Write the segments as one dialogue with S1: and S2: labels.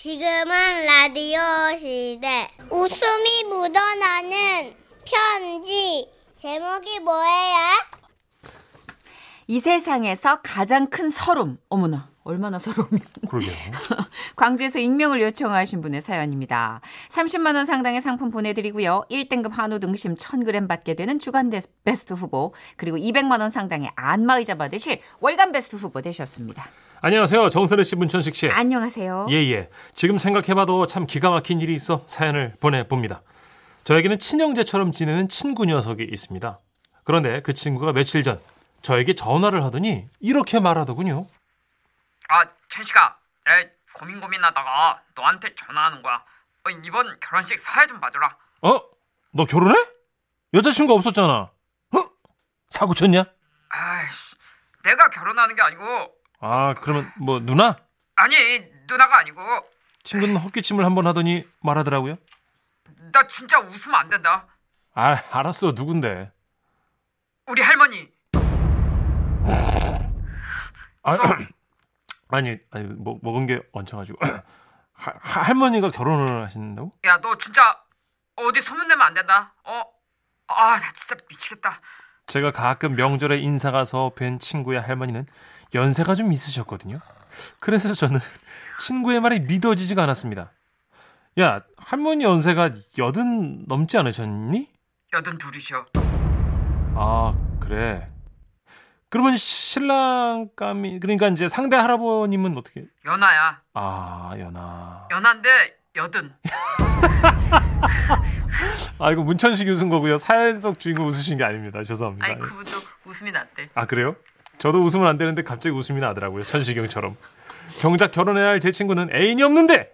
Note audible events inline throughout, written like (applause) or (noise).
S1: 지금은 라디오 시대. 웃음이 묻어나는 편지. 제목이 뭐예요?
S2: 이 세상에서 가장 큰 서름. 어머나, 얼마나 서러움이.
S3: 그러게요.
S2: (laughs) 광주에서 익명을 요청하신 분의 사연입니다. 30만 원 상당의 상품 보내드리고요. 1등급 한우 등심 1000g 받게 되는 주간 데- 베스트 후보 그리고 200만 원 상당의 안마의자 받으실 월간 베스트 후보 되셨습니다.
S3: 안녕하세요. 정선혜 씨, 문천식 씨.
S2: 안녕하세요.
S3: 예. 예예. 지금 생각해봐도 참 기가 막힌 일이 있어 사연을 보내봅니다. 저에게는 친형제처럼 지내는 친구 녀석이 있습니다. 그런데 그 친구가 며칠 전 저에게 전화를 하더니 이렇게 말하더군요.
S4: 아, 천식아, 내 고민 고민하다가 너한테 전화하는 거야. 어, 이번 결혼식 사회 좀 봐줘라.
S3: 어? 너 결혼해? 여자친구 없었잖아. 어? 사고 쳤냐?
S4: 아이씨, 내가 결혼하는 게 아니고,
S3: 아 그러면 뭐 누나?
S4: 아니 누나가 아니고,
S3: 친구는 헛기침을 한번 하더니 말하더라고요.
S4: 나 진짜 웃으면 안 된다.
S3: 아 알았어 누군데?
S4: 우리 할머니.
S3: 아, (clears throat) 아니 아니 뭐, 먹은 게 얹혀가지고 (clears throat) 하- 하- 할머니가 결혼을 하신다고?
S4: 야, 너 진짜 어디 소문 내면 안 된다. 어, 아, 나 진짜 미치겠다.
S3: 제가 가끔 명절에 인사 가서 뵌 친구의 할머니는 연세가 좀 있으셨거든요. 그래서 저는 (laughs) 친구의 말이 믿어지지가 않았습니다. 야, 할머니 연세가 여든 넘지 않으셨니?
S4: 여든 둘이셔.
S3: 아, 그래. 그러면 신랑감이 그러니까 이제 상대 할아버님은 어떻게?
S4: 연하야.
S3: 아, 연하.
S4: 연한데 여든.
S3: 아, 이거 문천식 웃은 거고요. 사연 속 주인공 웃으신 게 아닙니다. 죄송합니다.
S4: 아니 그분도 웃음이 났대.
S3: 아 그래요? 저도 웃으면 안 되는데 갑자기 웃음이 나더라고요 천시경처럼 정작 결혼해야 할 제 친구는 애인이 없는데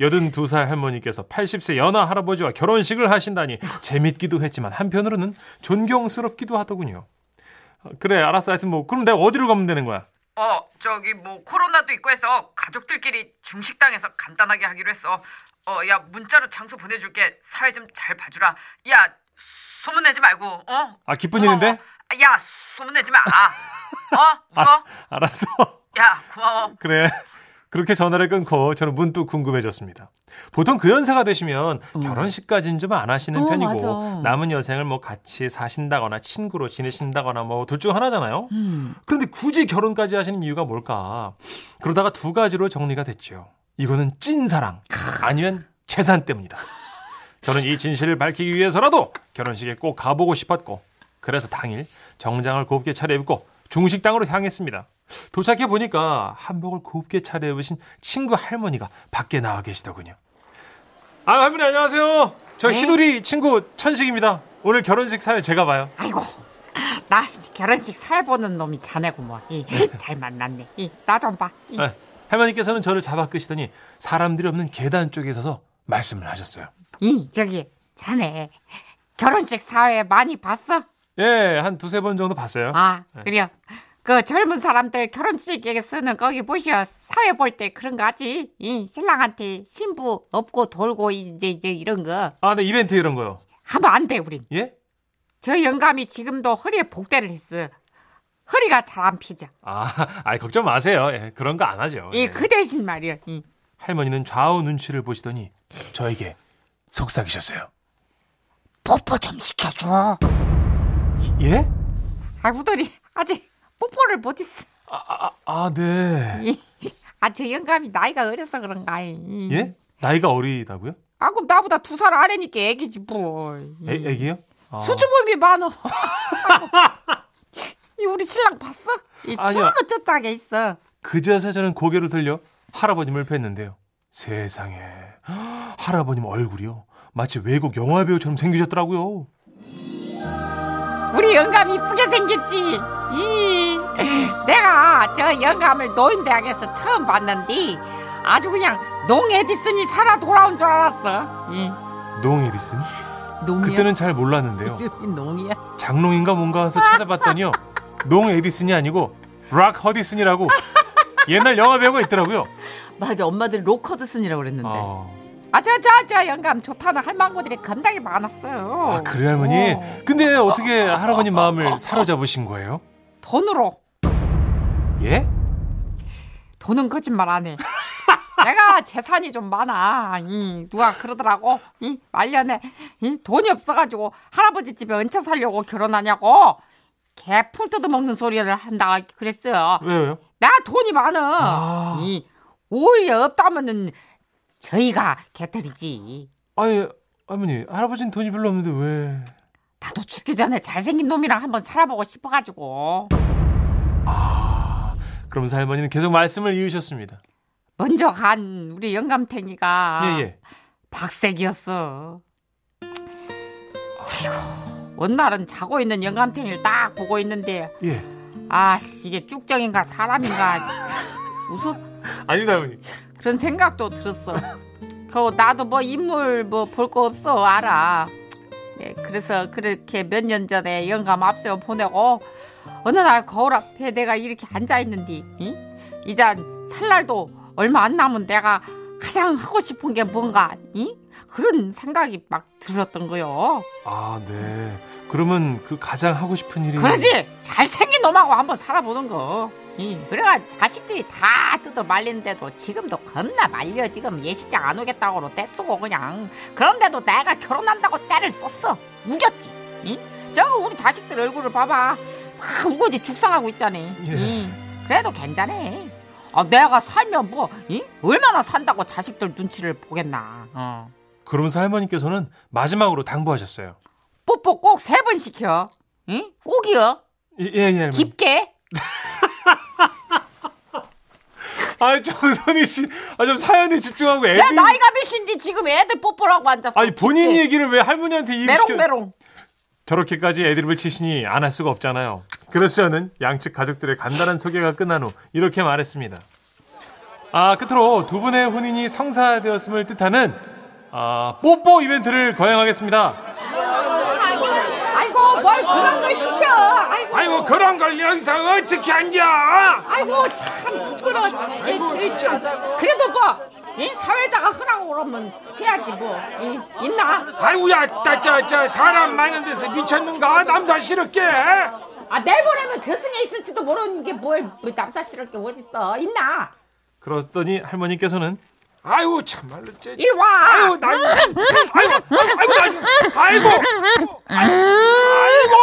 S3: 82살 할머니께서 80세 연하 할아버지와 결혼식을 하신다니 재밌기도 했지만 한편으로는 존경스럽기도 하더군요 아, 그래 알았어 하여튼 뭐 그럼 내가 어디로 가면 되는 거야
S4: 어, 저기 뭐 코로나도 있고 해서 가족들끼리 중식당에서 간단하게 하기로 했어. 어, 야 문자로 장소 보내줄게. 사회 좀 잘 봐주라. 야 소문 내지 말고, 어?
S3: 아 기쁜 일인데?
S4: 고마워. 야 소문 내지 마. 아,
S3: (laughs)
S4: 어? 웃어?
S3: 알았어
S4: 야 고마워.
S3: 그래 (laughs) 그렇게 전화를 끊고 저는 문득 궁금해졌습니다. 보통 그 연세가 되시면 결혼식까지는 좀 안 하시는
S2: 음. 어,
S3: 편이고
S2: 맞아.
S3: 남은 여생을 뭐 같이 사신다거나 친구로 지내신다거나 뭐 둘 중 하나잖아요.
S2: 음.
S3: 그런데 굳이 결혼까지 하시는 이유가 뭘까? 그러다가 두 가지로 정리가 됐죠. 이거는 찐 사랑 아니면 재산 때문이다. 저는 이 진실을 밝히기 위해서라도 결혼식에 꼭 가보고 싶었고 그래서 당일 정장을 곱게 차려입고 중식당으로 향했습니다. 도착해 보니까 한복을 곱게 차려입으신 친구 할머니가 밖에 나와 계시더군요. 아 할머니 안녕하세요. 저 희돌이 친구 천식입니다. 오늘 결혼식 사회 제가 봐요.
S2: 아이고. 나 결혼식 사회 보는 놈이 자네구먼. 이, 잘 만났네. 나 좀 봐. 이.
S3: 네. 할머니께서는 저를 잡아 끄시더니 사람들이 없는 계단 쪽에 서서 말씀을 하셨어요.
S2: 이 저기 자네 결혼식 사회 많이 봤어?
S3: 예, 한 두세 번 정도 봤어요.
S2: 아 그래요. 그 젊은 사람들 결혼식에 쓰는 거기 보셔 사회 볼 때 그런 거 하지. 이 신랑한테 신부 업고 돌고 이제 이제 이런 거
S3: 아, 네, 이벤트 이런 거요.
S2: 하면 안 돼 우린.
S3: 예?
S2: 저 영감이 지금도 허리에 복대를 했어. 허리가 잘 안 피죠.
S3: 아, (laughs) 아이, 걱정 마세요. 예, 그런 거 안 하죠. 예.
S2: 이그 대신 말이야. 이.
S3: 할머니는 좌우 눈치를 보시더니 저에게 속삭이셨어요.
S2: 뽀뽀 좀 시켜줘.
S3: 예?
S2: 아 우돌이 아직 뽀뽀를 못했어.
S3: 아, 아, 아, 네.
S2: 아 저 영감이 나이가 어려서 그런가. 이.
S3: 예? 나이가 어리다고요?
S2: 아 그럼 나보다 두 살 아래니까 애기지 뭐. 이.
S3: 애, 애기요? 아.
S2: 수줍음이 많어. (laughs) 이 우리 신랑 봤어? 이
S3: 아니야.
S2: 쫄로 쫓아게 있어.
S3: 그제서야 저는 고개를 들려 할아버님을 뵀는데요. 세상에 (gasps) 할아버님 얼굴이요. 마치 외국 영화 배우처럼 생기셨더라고요.
S2: 우리 영감 이쁘게 생겼지. 이 내가 저 영감을 노인대학에서 처음 봤는데 아주 그냥 농 에디슨이 살아 돌아온 줄 알았어. 이
S3: 농 에디슨?
S2: 농이야. (laughs)
S3: 그때는 잘 몰랐는데요.
S2: 이름이 농이야.
S3: 장롱인가 뭔가 해서 찾아봤더니요. 농 에디슨이 아니고 락 허디슨이라고 옛날 영화 배우가 있더라고요.
S5: 맞아 엄마들 로커드슨이라고
S2: 네.
S5: 그랬는데
S3: 아,
S2: 아저저저 영감 좋다는 할망구들이 겁나게 많았어요.
S3: 아 그래 할머니.
S2: 어,
S3: 근데 어떻게 할아버님 마음을 사로잡으신 거예요?
S2: 돈으로
S3: 예?
S2: 돈은 거짓말 안 해. (laughs) 내가 나 재산이 좀 많아. 이, 누가 그러더라고. 이, 말년에 이, 돈이 없어가지고 할아버지 집에 얹혀 살려고 결혼하냐고. 개풀 뜯어먹는 소리를 한다 그랬어요.
S3: 왜요?
S2: 나 돈이 많아.
S3: 아.
S2: 이, 오히려 없다면은 저희가 개털이지.
S3: 아니 할머니 할아버지는 돈이 별로 없는데 왜?
S2: 나도 죽기 전에 잘생긴 놈이랑 한번 살아보고 싶어가지고.
S3: 그러면서 할머니는 계속 말씀을 이으셨습니다.
S2: 먼저 간 우리 영감탱이가
S3: 예예.
S2: 박색이었어. 아이고, 원날은 자고 있는 영감탱이를 딱 보고 있는데,
S3: 예.
S2: 아씨, 이게 쭉정인가 사람인가. 무섭,
S3: 아니다 할머니.
S2: 그런 생각도 들었어. 그 나도 뭐 인물 뭐 볼 거 없어, 알아. 예, 그래서 그렇게 몇 년 전에 영감 앞세워 보내고, 어느 날 거울 앞에 내가 이렇게 앉아있는데, 응? 이젠 살 날도 얼마 안 남은 내가 가장 하고 싶은 게 뭔가, 응? 그런 생각이 막 들었던 거요.
S3: 아 네. 그러면 그 가장 하고 싶은 일이
S2: 그러지 잘생긴 놈하고 한번 살아보는 거 이, 그래가 자식들이 다 뜯어 말리는데도 지금도 겁나 말려 지금 예식장 안 오겠다고 떼쓰고 그냥 그런데도 내가 결혼한다고 때를 썼어 우겼지 이? 저거 우리 자식들 얼굴을 봐봐 막 우거지 죽상하고 있잖아
S3: 예.
S2: 이, 그래도 괜찮아 아, 내가 살면 뭐 이? 얼마나 산다고 자식들 눈치를 보겠나 어.
S3: 그러면서 할머니께서는 마지막으로 당부하셨어요.
S2: 뽀뽀 꼭 세 번 시켜 이? 꼭이요
S3: 예예 예, 할머니.
S2: 깊게
S3: 아 정선희 씨, 아 좀 사연에 집중하고 애비.
S2: 야 나이가 몇인지 지금 애들 뽀뽀라고 앉았어.
S3: 아니 본인
S2: 어떡해.
S3: 얘기를 왜 할머니한테 이입시켜?
S2: 메롱메롱.
S3: 저렇게까지 애드립을 치시니 안 할 수가 없잖아요. 그래서 저는 양측 가족들의 간단한 소개가 끝난 후 이렇게 말했습니다. 아 끝으로 두 분의 혼인이 성사되었음을 뜻하는 아, 뽀뽀 이벤트를 거행하겠습니다.
S2: 아이고 뭘 그런 걸 시켜. 아이고
S3: 아이고 그런 걸 여기서 어떻게 앉아?
S2: 아이고 참 부끄러워. 이 참. 그래도 뭐. 이 사회자가 흔하고 그러면 해야지 뭐 이, 있나?
S3: 아이고야, 짜짜짜 사람 많은 데서 미쳤는가? 남사 싫었게.
S2: 아 내보라면 저승에 있을지도 모르는 게뭘 뭐 남사 싫을 게 어딨어? 있나?
S3: 그러더니 할머니께서는
S6: 아이고 참말로 째.
S2: 이리 와.
S6: 아이고 나 아이고 아이고 나 좀- 아이고 아이고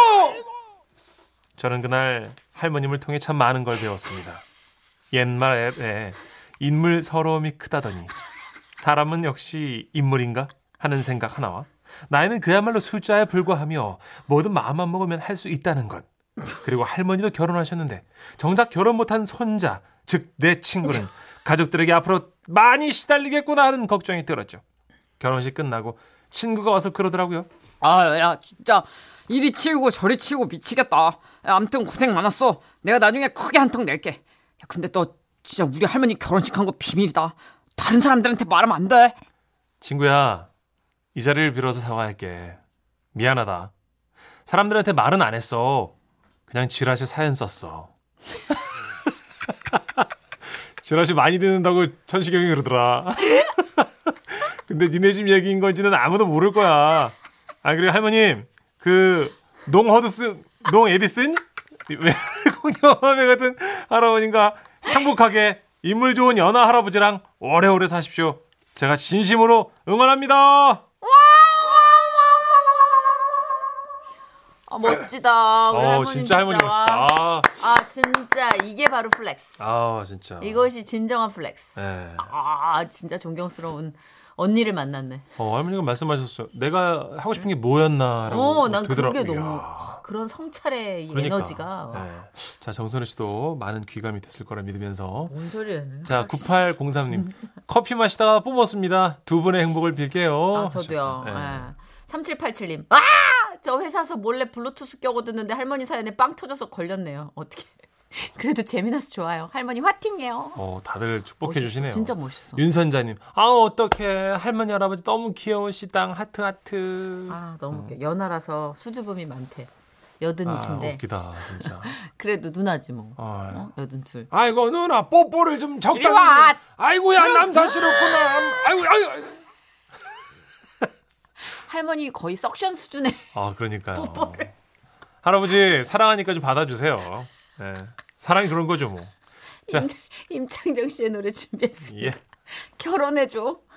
S3: 저는 그날 할머님을 통해 참 많은 걸 배웠습니다. 옛말에 인물 서러움이 크다더니 사람은 역시 인물인가 하는 생각 하나와 나이는 그야말로 숫자에 불과하며 뭐든 마음만 먹으면 할 수 있다는 것 그리고 할머니도 결혼하셨는데 정작 결혼 못한 손자 즉 내 친구는 가족들에게 앞으로 많이 시달리겠구나 하는 걱정이 들었죠. 결혼식 끝나고 친구가 와서 그러더라고요.
S2: 아, 야, 진짜 이리 치우고 저리 치우고 미치겠다. 야, 아무튼 고생 많았어. 내가 나중에 크게 한턱 낼게. 야, 근데 너 진짜 우리 할머니 결혼식 한 거 비밀이다. 다른 사람들한테 말하면 안 돼.
S3: 친구야, 이 자리를 빌어서 사과할게. 미안하다. 사람들한테 말은 안 했어. 그냥 지라시 사연 썼어. (laughs) 지라시 많이 듣는다고 천식형이 그러더라. (laughs) 근데 니네 집 얘기인 건지는 아무도 모를 거야. 아, 그리고 할머님, 그, 농 허드슨, 농 에디슨? 왜 (laughs) 공룡함에 같은 할아버님과 행복하게 인물 좋은 연하 할아버지랑 오래오래 사십시오. 제가 진심으로
S7: 아,
S3: 응원합니다.
S7: 어, 멋지다. 우리
S3: 어,
S7: 할머님
S3: 진짜 할머니 멋있다. 아,
S7: 아, 진짜 이게 바로 플렉스.
S3: 아, 진짜.
S7: 이것이 진정한 플렉스.
S3: 네.
S7: 아, 진짜 존경스러운 언니를 만났네.
S3: 어, 할머니가 말씀하셨어요. 내가 하고 싶은 게 뭐였나라고.
S7: 어, 난
S3: 되더라-
S7: 그게 너무
S3: 이야.
S7: 아, 그런 성찰의 이
S3: 그러니까.
S7: 에너지가 와,
S3: 네. 자, 정선우 씨도 많은 귀감이 됐을 거라 믿으면서
S7: 뭔 소리야?
S3: 자, 9803님. 커피 마시다가 뿜었습니다. 두 분의 행복을 빌게요.
S7: 아, 저도요.
S3: 하셨어요. 예.
S7: 예. 3787님. 아! 저 회사에서 몰래 블루투스 껴고 듣는데 할머니 사연에 빵 터져서 걸렸네요. 어떻게? (laughs) 그래도 재미나서 좋아요. 할머니 화팅해요.
S3: 어, 다들 축복해 주시네요.
S7: 진짜 멋있어.
S3: 윤선자님. 아우, 어떡해. 할머니, 할아버지 너무 귀여우시당. 하트, 하트.
S7: 아, 너무 웃겨. 연하라서 수줍음이 많대.
S3: 아,
S7: 여든이신데
S3: 웃기다,
S7: (laughs)
S3: 진짜.
S7: 그래도 누나지 뭐.
S3: 아,
S7: 어? 여든 둘.
S6: 아이고 누나 뽀뽀를 좀 적당히.
S2: 와.
S6: 아이고야 남사 싫었구나. 아이고 아이고.
S7: 할머니 거의 석션 수준의
S3: 아, 그러니까요.
S7: 뽀뽀를.
S3: 할아버지, 사랑하니까 좀 받아주세요. 예. 사랑이 그런 거죠, 뭐. 자,
S7: (laughs) 임창정 씨의 노래 준비했습니다.
S3: 예.
S2: 결혼해줘.